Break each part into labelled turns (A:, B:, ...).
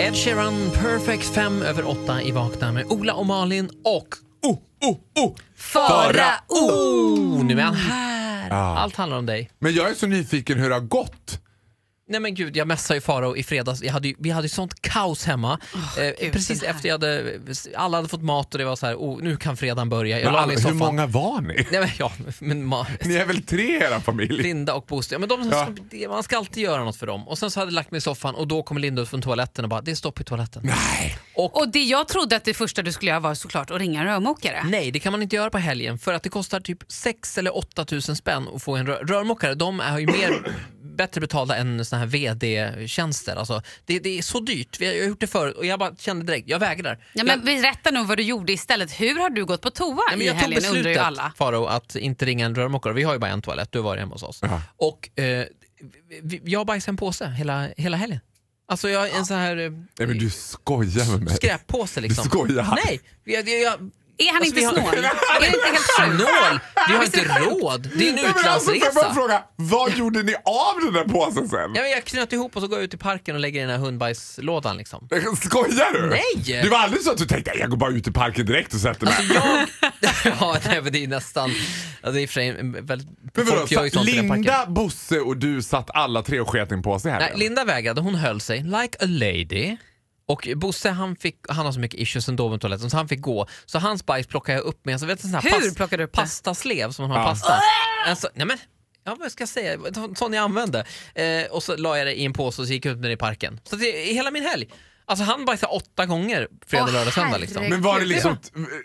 A: Ed Sheeran, Perfect fem över åtta i Vakna med Ola och Malin och oh, oh, oh,
B: Fara
A: oh, nu är han här. Allt handlar om dig.
B: Men jag är så nyfiken hur det har gått.
A: Nej men gud, jag messade ju Farao i fredags. Jag hade ju, vi hade ju sånt kaos hemma. eh,
C: gud,
A: precis
C: den här.
A: efter jag hade, alla hade fått mat och det var så här, oh, nu kan fredagen börja. Jag
B: Men
A: la
B: alla,
A: mig i
B: hur
A: soffan.
B: många var ni?
A: Nej men ja, men ma-
B: Ni är väl tre i er familj?
A: Linda och Bosse. Ja, men de,
B: Ja.
A: det- Man ska alltid göra något för dem. Och sen så hade jag lagt mig i soffan och då kommer Linda ut från toaletten och bara, det är stopp i toaletten.
B: Nej.
C: Och det jag trodde att det första du skulle göra var såklart att ringa en rörmokare.
A: Nej, det kan man inte göra på helgen för att det kostar typ 6 eller 8 000 spänn att få en rör rörmokare. De är ju mer bättre betalda än såna här VD-tjänster. Alltså, det, det är så dyrt. Vi har jag har gjort det förut och jag bara kände direkt, jag vägrar.
C: Ja,
A: jag,
C: men berätta nu vad du gjorde istället. Hur har du gått på toa
A: Nej, men
C: i
A: jag tog
C: helgen undrar ju
A: beslutet,
C: alla.
A: Faro, att inte ringa en rörmokare. Vi har ju bara en toalett, du var hemma hos oss.
B: Ja.
A: Och eh, vi- vi, jag bajsade en påse hela, hela helgen. Alltså jag en sån här eh,
B: Nej men du skojar med mig.
A: skräppåse liksom.
B: skojar.
A: Nej, jag, jag, jag,
C: Är han
A: Alltså, vi
C: inte
A: har-
C: snål? Är det inte helt sjukt?
A: Snål? Vi har inte råd. Det är en
B: Nej, men alltså, får jag bara
A: utlandsresa.
B: fråga, vad gjorde ni av den där påsen sen?
A: Ja, men jag knöt ihop och så går jag ut i parken och lägger i den här hundbajslådan. Liksom.
B: Skojar du?
A: Nej! Alltså,
B: Det var aldrig så att du tänkte jag går bara ut i parken direkt och sätter mig.
A: Jag... ja, nej, men det är nästan... Ja, det är i och för sig en väldigt...
B: Men vadå,
A: Folk gör ju
B: satt
A: sånt i den parken.
B: Linda, Bosse och du satt alla tre och sket i en påse här?
A: Nej, Linda vägrade. Hon höll sig like a lady. Och Bosse han, fick, han har så mycket issues ändå med toaletten så han fick gå. Så hans bajs plockade jag upp med en sån- vet, du, en sån här
C: Hur plockade du upp det?
A: pastaslev som man har
B: Ja.
A: i pasta. Alltså, nej men, ja, vad ska jag säga? Sån jag använde. Eh, och så la jag det i en påse och så gick jag ut med det i parken. Så det, hela min helg. Alltså han bajsade åtta gånger fredag,
C: Åh,
A: lördag, söndag. Liksom.
C: herregud.
B: Men var det liksom,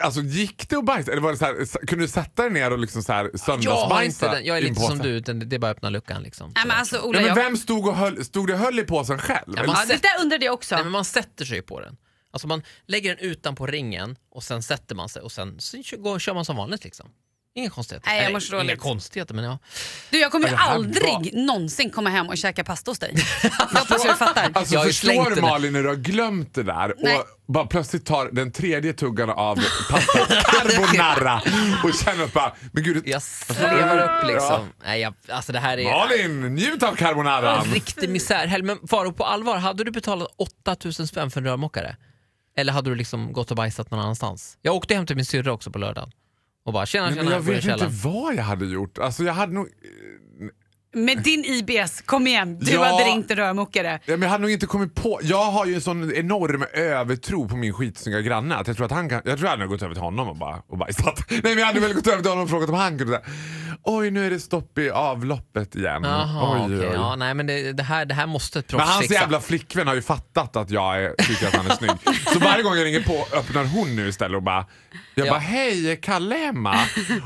B: alltså gick det att bajsa? Eller var det så här, s- kunde du sätta dig ner och liksom så här
A: Jag har inte
B: söndagsbajsa?
A: den. Jag är
B: i en
A: lite som
B: påse?
A: du, utan det det är bara att öppna luckan. Liksom.
C: Nej, men alltså, Ola,
B: Nej, men
C: jag...
B: vem stod och höll, stod det och höll i påsen själv?
A: Ja,
B: Eller-
A: man
C: ja, det där undrade jag också.
A: Nej, men man sätter sig ju på den. Alltså man lägger den utanpå ringen och sen sätter man sig och sen, sen kö- går, kör man som vanligt liksom. Inga konstigheter.
C: Nej, jag
A: Eller,
C: mår så
A: Inga
C: dåligt.
A: konstigheter men ja.
C: Du, jag kommer
B: Ja, det här
C: aldrig
B: var-
C: någonsin komma hem och käka pasta hos dig. Jag hoppas du fattar.
B: Alltså
A: Jag har ju slängt
B: förstår du
A: den där.
B: Malin när du har glömt det där
C: Nej.
B: och bara plötsligt tar den tredje tuggan av pasta carbonara och känner att bara, men gud,
A: Jag slevar upp liksom. Nej, jag, alltså det här är
B: Malin njut av carbonaran.
A: en riktig misärhelg. Men Faro på allvar, hade du betalat 8000 spänn för en rörmokare? Eller hade du liksom gått och bajsat någon annanstans? Jag åkte hem till min syrra också på lördagen och bara tjena
B: Nej,
A: tjena,
B: men jag
A: går i
B: vet inte
A: källaren.
B: vad jag hade gjort. Alltså jag hade nog,
C: Med din IBS, kom igen. Du
B: Ja.
C: hade ringt en rörmokare.
B: ja, men jag hade nog inte kommit på. Jag har ju en sån enorm övertro på min skitsnygga granne att jag tror att han kan, jag tror jag hade gått över till honom och bara och bajsat. Nej men jag hade väl gått över till honom och frågat om han kunde säga Oj nu är det stopp i avloppet igen.
A: Jaha,
B: oj,
A: okej.
B: oj.
A: Ja, nej men det, det, här, det här måste ett proffs
B: Men hans
A: fixa.
B: jävla flickvän har ju fattat att jag är, tycker att han är snygg. Så varje gång jag ringer på öppnar hon nu istället och bara Jag
A: Ja.
B: bara hej, är Kalle hemma?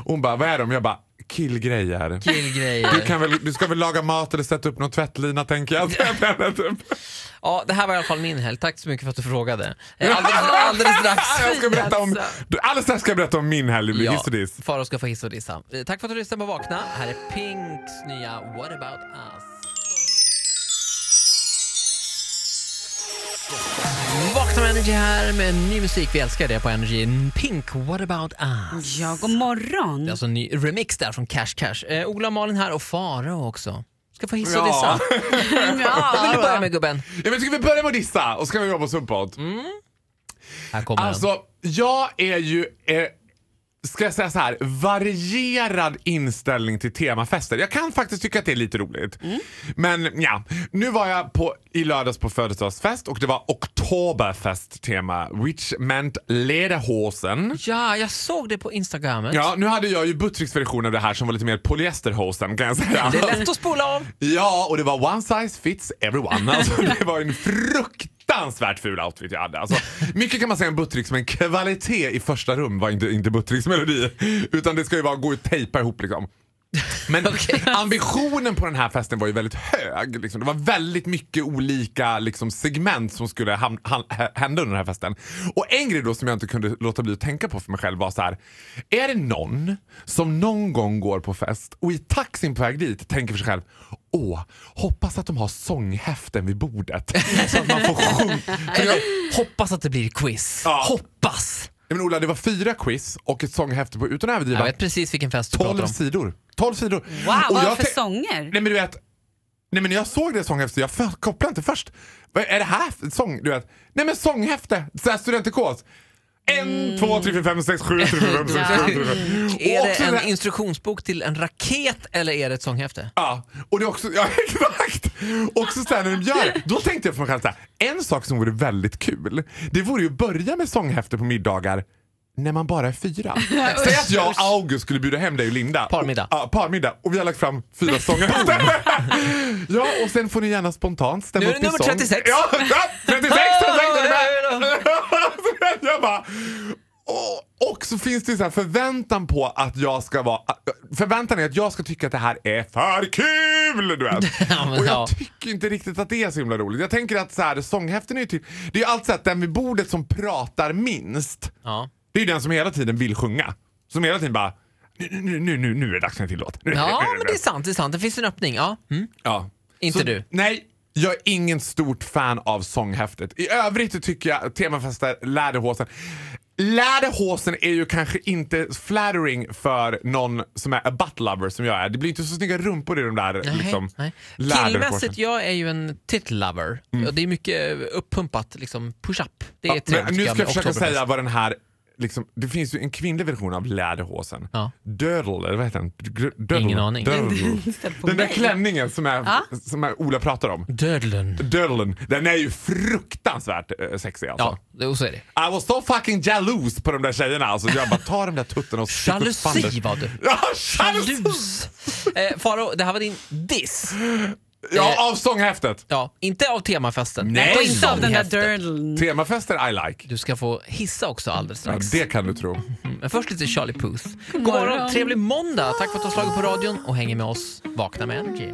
B: Och hon bara vad är de? Jag bara killgrejer.
A: Killgrejer.
B: Du, kan väl, du ska väl laga mat eller sätta upp någon tvättlina tänker jag. typ.
A: Ja, det här var i alla fall min helg. Tack så mycket för att du frågade. Eh, Alldeles, alldeles strax. Alltså.
B: jag ska berätta om, alldeles strax ska jag berätta om min helg. Det blir hiss och diss.
A: Farao ska få hiss och dissa. Eh, Tack för att du lyssnade på Vakna. Här är Pinks nya What about us? Vakna med Energy här med ny musik. Vi älskar det på Energy. Pink, What about us?
C: Ja, god morgon.
A: Det är alltså en ny remix där från Cash Cash. Eh, Ola och Malin här och Farao också. Ska få hiss och
B: Ja.
A: dissa. Vad vill du börja
C: Ja,
A: med gubben?
B: Ja, men ska vi börja med att dissa och ska vi jobba oss uppåt?
A: Här kommer den.
B: Alltså, jag är ju... Eh, Ska jag säga så här, varierad inställning till temafester. Jag kan faktiskt tycka att det är lite roligt. Men ja, nu var jag på, i lördags på födelsedagsfest och det var Oktoberfest-tema. Which meant lederhosen.
A: Ja, jag såg det på Instagramet.
B: Ja, nu hade jag ju Buttricks version av det här som var lite mer polyesterhosen kan jag säga.
A: Det är lätt att spola av.
B: Ja, och det var one size fits everyone. Alltså, det var en fruktansvärt ful outfit jag hade. Alltså, mycket kan man säga om Buttricks, men kvalitet i första rum var inte, inte Buttricks melodi. Utan det ska ju vara gå och tejpa ihop liksom. Men ambitionen på den här festen var ju väldigt hög. Liksom. Det var väldigt mycket olika liksom, segment som skulle ham- han- hä- hända under den här festen. Och en grej då som jag inte kunde låta bli att tänka på för mig själv var så här. Är det någon som någon gång går på fest och i taxin på väg dit tänker för sig själv Åh, hoppas att de har sånghäften vid bordet så att man får sjunga. För jag-
A: Hoppas att det blir quiz.
B: Ja.
A: Hoppas!
B: Men Ola, det var fyra quiz och ett sånghäfte på, utan att
A: Jag
B: överdriva,
A: vet precis vilken fest du pratar
B: 12
A: om.
B: sidor. 12 sidor.
C: Wow, vad
B: jag
C: för
B: tän-
C: sånger?
B: Nej men du vet, Nej men när jag såg det sånghäftet, jag för, kopplade inte först. Vad är det här för sång? Du vet. Nej men sånghäfte, så här studentikos. En, två, tre, fyra, fem, sex, sju, tre, fyra, fem, sex, sju, tre, fyra, fem.
A: Mm. Är
B: Och
A: det
B: också
A: en
B: här-
A: instruktionsbok till en raket eller är det ett sånghäfte?
B: Ja, och det är också, ja exakt! Också så här när de gör det, då tänkte jag för mig själv så här, en sak som vore väldigt kul, det vore ju att börja med sånghäfte på middagar när man bara är fyra. Säg att jag och August skulle bjuda hem dig och Linda.
A: Parmiddag.
B: Ja, parmiddag. Och vi har lagt fram fyra sånghäften. ja, och sen får ni gärna spontant stämma
A: Nu är
B: upp
A: det
B: i
A: nummer
B: sång.
A: 36.
B: Ja, ja 36! 36 jag bara... Och, och så finns det så här förväntan på att jag ska vara... Förväntan är att jag ska tycka att det här är för kul! Du vet.
A: Ja, men
B: och
A: ja.
B: jag tycker inte riktigt att det är så himla roligt. Jag tänker att så här, sånghäften är ju till... Det är ju alltid så att den vid bordet som pratar minst,
A: Ja.
B: det är ju den som hela tiden vill sjunga. Som hela tiden bara... Nu, nu, nu, nu, nu är det dags för en till låt. Nu, nu,
A: Ja,
B: nu, nu,
A: men
B: nu."
A: det är sant. Det är sant. Det finns en öppning. Ja. Mm.
B: Ja.
A: Inte du.
B: Nej, jag är ingen stort fan av sånghäftet. I övrigt tycker jag temafester läderhosen. Läderhosen är ju kanske inte flattering för någon som är a butt lover som jag är. Det blir inte så snygga rumpor i de där
A: Nej,
B: liksom,
A: nej.
B: läderhosen.
A: Killmässigt, jag är ju en titlover. Och det är mycket eh, uppumpat, liksom push-up. Det är
B: Mm. Ja, men
A: trevligt
B: nu
A: med
B: ska jag försöka
A: Oktoberfest.
B: säga vad den här... Liksom, det finns ju en kvinnlig version av läderhosen.
A: Ja.
B: Dödel, eller vad heter den? Gr- dödel.
A: Ingen aning.
B: Dödel.
C: Ställ på
B: Den där
C: mig.
B: klänningen som, är, som är Ola pratar om.
A: Dödlen.
B: Dödlen, den är ju fruktansvärt eh, sexig alltså.
A: Ja, det- och så är det.
B: I was so fucking jalous på de där tjejerna. Alltså, jag bara tar de där tuttarna och stick upp
A: Jalusi
B: fanders.
A: var du.
B: Ja, jalous!
A: Jalus. Eh, Faro, det här var din diss.
B: Ja, av sånghäftet.
A: Ja, inte av temafesten.
B: Nej.
C: Och inte av den där
A: Sånghäftet.
C: dirlen.
B: Temafester I like.
A: Du ska få hissa också alldeles
B: Ja,
A: strax.
B: det kan du tro.
A: Men först lite Charlie Puth. God
C: morgon.
A: morgon, trevlig måndag. Tack för att du har slagit på radion och hänger med oss. Vakna med Energy.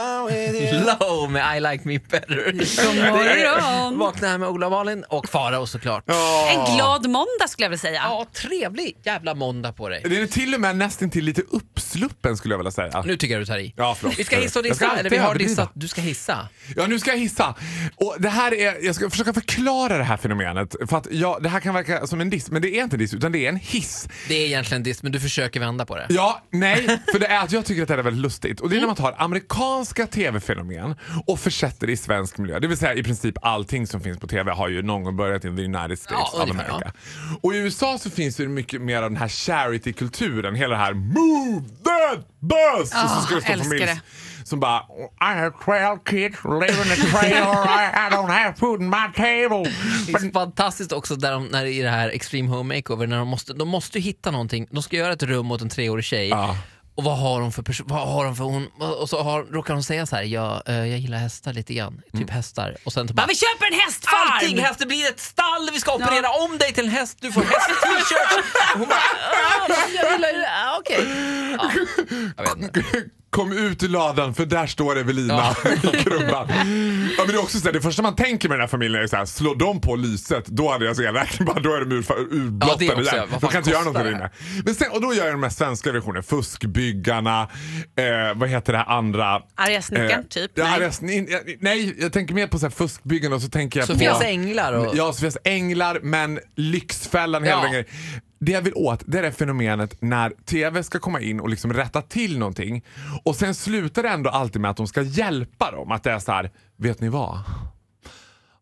A: Low med I like me better. God
C: morgon.
A: Vakna här med Ola Malin och Farao såklart. Ja.
C: En glad måndag skulle jag vilja säga.
A: trevlig jävla måndag på dig.
B: Den är till och med nästan till lite uppsluppen skulle jag vilja säga.
A: Nu tycker jag du tar i.
B: Ja, förlåt.
A: Vi ska hissa och
B: Jag ska
A: dissa,
B: alltid
A: eller vi har
B: överdriva.
A: dissat. Du ska hissa.
B: Ja, nu ska jag hissa. Och det här är, jag ska försöka förklara det här fenomenet. För att ja, det här kan verka som en diss, men det är inte en diss utan det är en hiss.
A: Det är egentligen diss, men du försöker vända på det.
B: Ja, nej, för det är att jag tycker att det här är väldigt lustigt. Och det är när
A: Mm.
B: man tar amerikanska tv-fenomen och försätter det i svensk miljö. Det vill säga i princip allting som finns på tv har ju någon gång börjat in the United States
A: Ja,
B: of
A: ungefär,
B: America. Och i USA så finns det ju mycket mer av den här charity-kulturen. Hela det här move that bus!
A: Ah,
B: och så ska det stå
C: älskar
B: familj
C: det.
B: Som bara I have 12 kids live in a trailer I, I don't have food in my table.
A: Det är fantastiskt också där de, när det är i det här Extreme Home Makeover, när de måste, de måste ju hitta någonting. De ska göra ett rum åt en treårig tjej.
B: Ja.
A: Och vad har hon för person? Vad har hon för hon? Och så har, råkar hon säga så här, jag, eh, jag gillar hästar lite grann. Typ hästar. Och sen typ
C: Va,
A: bara,
C: vi köper en hästfarm!
A: allting häst, det blir ett stall, vi ska operera om dig till en häst, du får häst-t-shirt. Hon bara, ah, men jag gillar ju- ah, okej. Ja, jag vet inte.
B: Kom ut ur ladan för där står Evelina i krubban. Ja, men det, är också så här, det första man tänker med den här familjen är så här, slå dem på lyset, då hade jag så elräkning bara, då är de ur-
A: Ja, det
B: urblottade
A: är också,
B: igen.
A: vad
B: De
A: fan
B: kan inte göra någonting
A: kostar
B: där
A: det
B: inne. Men sen, och då gör jag den mest svenska versionen, fuskbyggarna, eh, vad heter det här andra?
C: Arga snickaren, typ?
B: Ja,
C: Nej.
B: Eh, arga sni- nej, jag tänker mer på så här fuskbyggarna och så tänker jag
A: Sofias
B: på...
A: änglar och...
B: Ja, Sofias änglar, men Lyxfällan, hela
A: Ja.
B: den grejen. Det jag vill åt det är det fenomenet när TV ska komma in och liksom rätta till någonting och sen slutar det ändå alltid med att de ska hjälpa dem. Att det är så här, vet ni vad?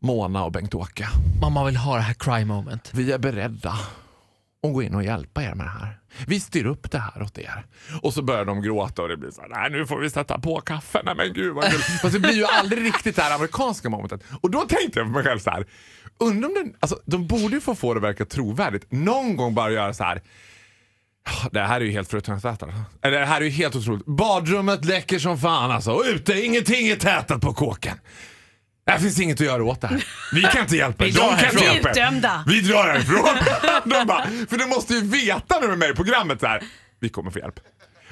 B: Mona och Bengt-Åke,
A: Mamma vill ha det här cry moment.
B: vi är beredda att gå in och hjälpa er med det här. Vi styr upp det här åt er. Och så börjar de gråta och det blir så här, nej nu får vi sätta på kaffe, nej men gud vad kul. Fast det blir ju aldrig riktigt det här amerikanska momentet. Och då tänkte jag för mig själv så här, undrar om den, alltså de borde ju få få det att verka trovärdigt. Någon gång bara göra så här, "Ja, det här är ju helt fruktansvärt. alltså." Eller det här är ju helt otroligt. Badrummet läcker som fan alltså och ute, ingenting är tätat på kåken. Det finns inget att göra åt det här. Vi kan inte hjälpa er.
A: Vi drar
B: De kan inte
A: härifrån.
B: hjälpa er.
C: Utdömda.
B: Vi drar härifrån. De bara, för de måste ju veta när de är med i programmet så här. Vi kommer få hjälp.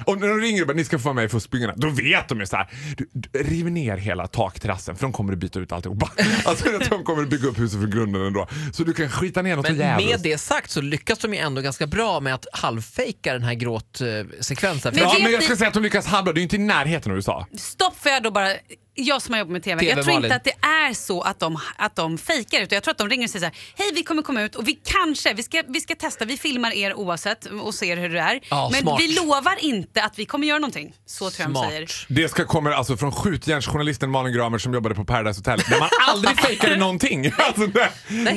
B: Och när de ringer och bara, ni ska få vara med i Fuskbyggarna, då vet de ju så här. Du, du, riv ner hela takterrassen för de kommer att byta ut alltihopa. Alltså de kommer att bygga upp huset från grunden ändå. Så du kan skita ner något
A: Men med
B: jävligt.
A: det sagt så lyckas de ju ändå ganska bra med att halvfejka den här eh, gråtsekvensen.
C: Men
B: Ja,
C: vet
B: men jag
C: ni-
B: ska säga att de lyckas halva, det är ju inte i närheten av USA.
C: Stopp, för jag då bara jag som har jobbat med TV,
A: TV,
C: jag tror
A: Malin.
C: inte att det är så att de, att de fejkar utan jag tror att de ringer och säger så här, hej vi kommer komma ut och vi kanske, vi ska, vi ska testa, vi filmar er oavsett och ser hur det är.
A: Ja,
C: men
A: smart.
C: vi lovar inte att vi kommer göra någonting. Så tror jag de säger.
B: Det ska kommer alltså från skjutjärnsjournalisten Malin Gramer som jobbade på Paradise Hotel där man aldrig fejkade någonting. Alltså, det,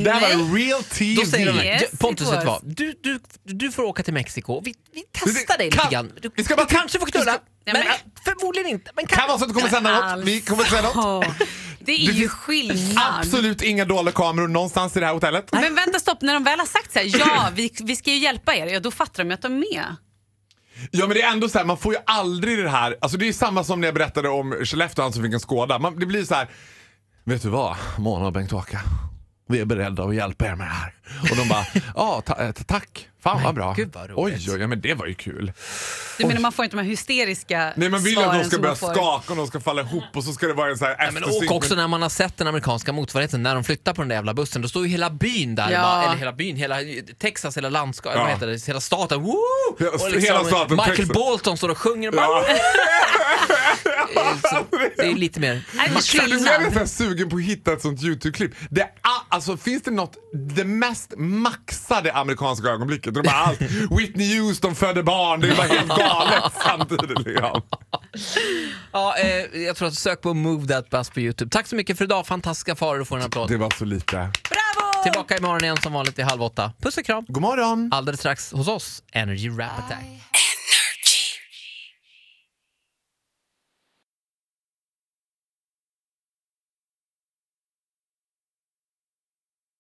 B: det här var real TV.
A: Då säger de
C: Yes,
A: "Du, Pontus,
C: it
A: vet du
C: was."
A: vad? Du, du, du får åka till Mexiko. Vi, vi testar dig
B: Kan-
A: lite grann. Du,
B: vi ska
A: du
B: bara-
A: kanske får knulla,
C: Nej,
A: men, äh,
C: men-
A: förmodligen inte. Men
B: Kan vara så att du kommer sända något. Vi kommer sända något.
C: Ja, det är
B: Det
C: ju
B: finns
C: skillnad.
B: Absolut inga dolda kameror någonstans i det här hotellet.
C: Men vänta stopp, när de väl har sagt så här, ja vi, vi ska ju hjälpa er, ja då fattar de ju att de är med.
B: Ja men det är ändå så här, man får ju aldrig det här, alltså det är ju samma som när jag berättade om Skellefteå han som fick en skåda. Man, det blir så här, vet du vad Mona och Bengt-Åke, vi är beredda att hjälpa er med det här. Och de bara, ja ta, eh, tack, fan vad bra.
A: gud, vad
B: oj
A: roligt.
B: oj, ja, men det var ju kul.
C: Du menar man får inte de här hysteriska
B: Nej man vill ju att
C: svaren
B: de ska
C: som
B: börja
C: får.
B: skaka och de ska falla ihop och så ska det vara en så här
A: Men
B: eftersynk.
A: och också när man har sett den amerikanska motsvarigheten, när de flyttar på den där jävla bussen, då står ju hela byn där.
C: Ja.
A: Bara, eller hela byn, hela Texas, hela landskapet,
B: Ja.
A: vad heter det? Hela staten. Woo! liksom
B: Hela- hela staten,
A: Michael
B: Texas.
A: Bolton står och sjunger. Och bara,
B: Ja.
A: "Woo!" Det är lite mer...
C: Nej, det är
B: Nu är jag
C: skillnad.
B: nästan sugen på att hitta ett sånt YouTube-klipp. Det, är a- alltså, finns det något, det mest maxade amerikanska ögonblicket? De bara allt. Whitney Houston födde barn, det är bara helt galet samtidigt. Liksom.
A: Ja, eh, jag tror att sök på Move That Bus på Youtube. Tack så mycket för idag, fantastiska faror och får en applåd.
B: Det var så lite.
C: Bravo!
A: Tillbaka imorgon igen som vanligt vid halv åtta. Puss och kram!
B: God morgon!
A: Alldeles strax hos oss, Energy Rap Attack.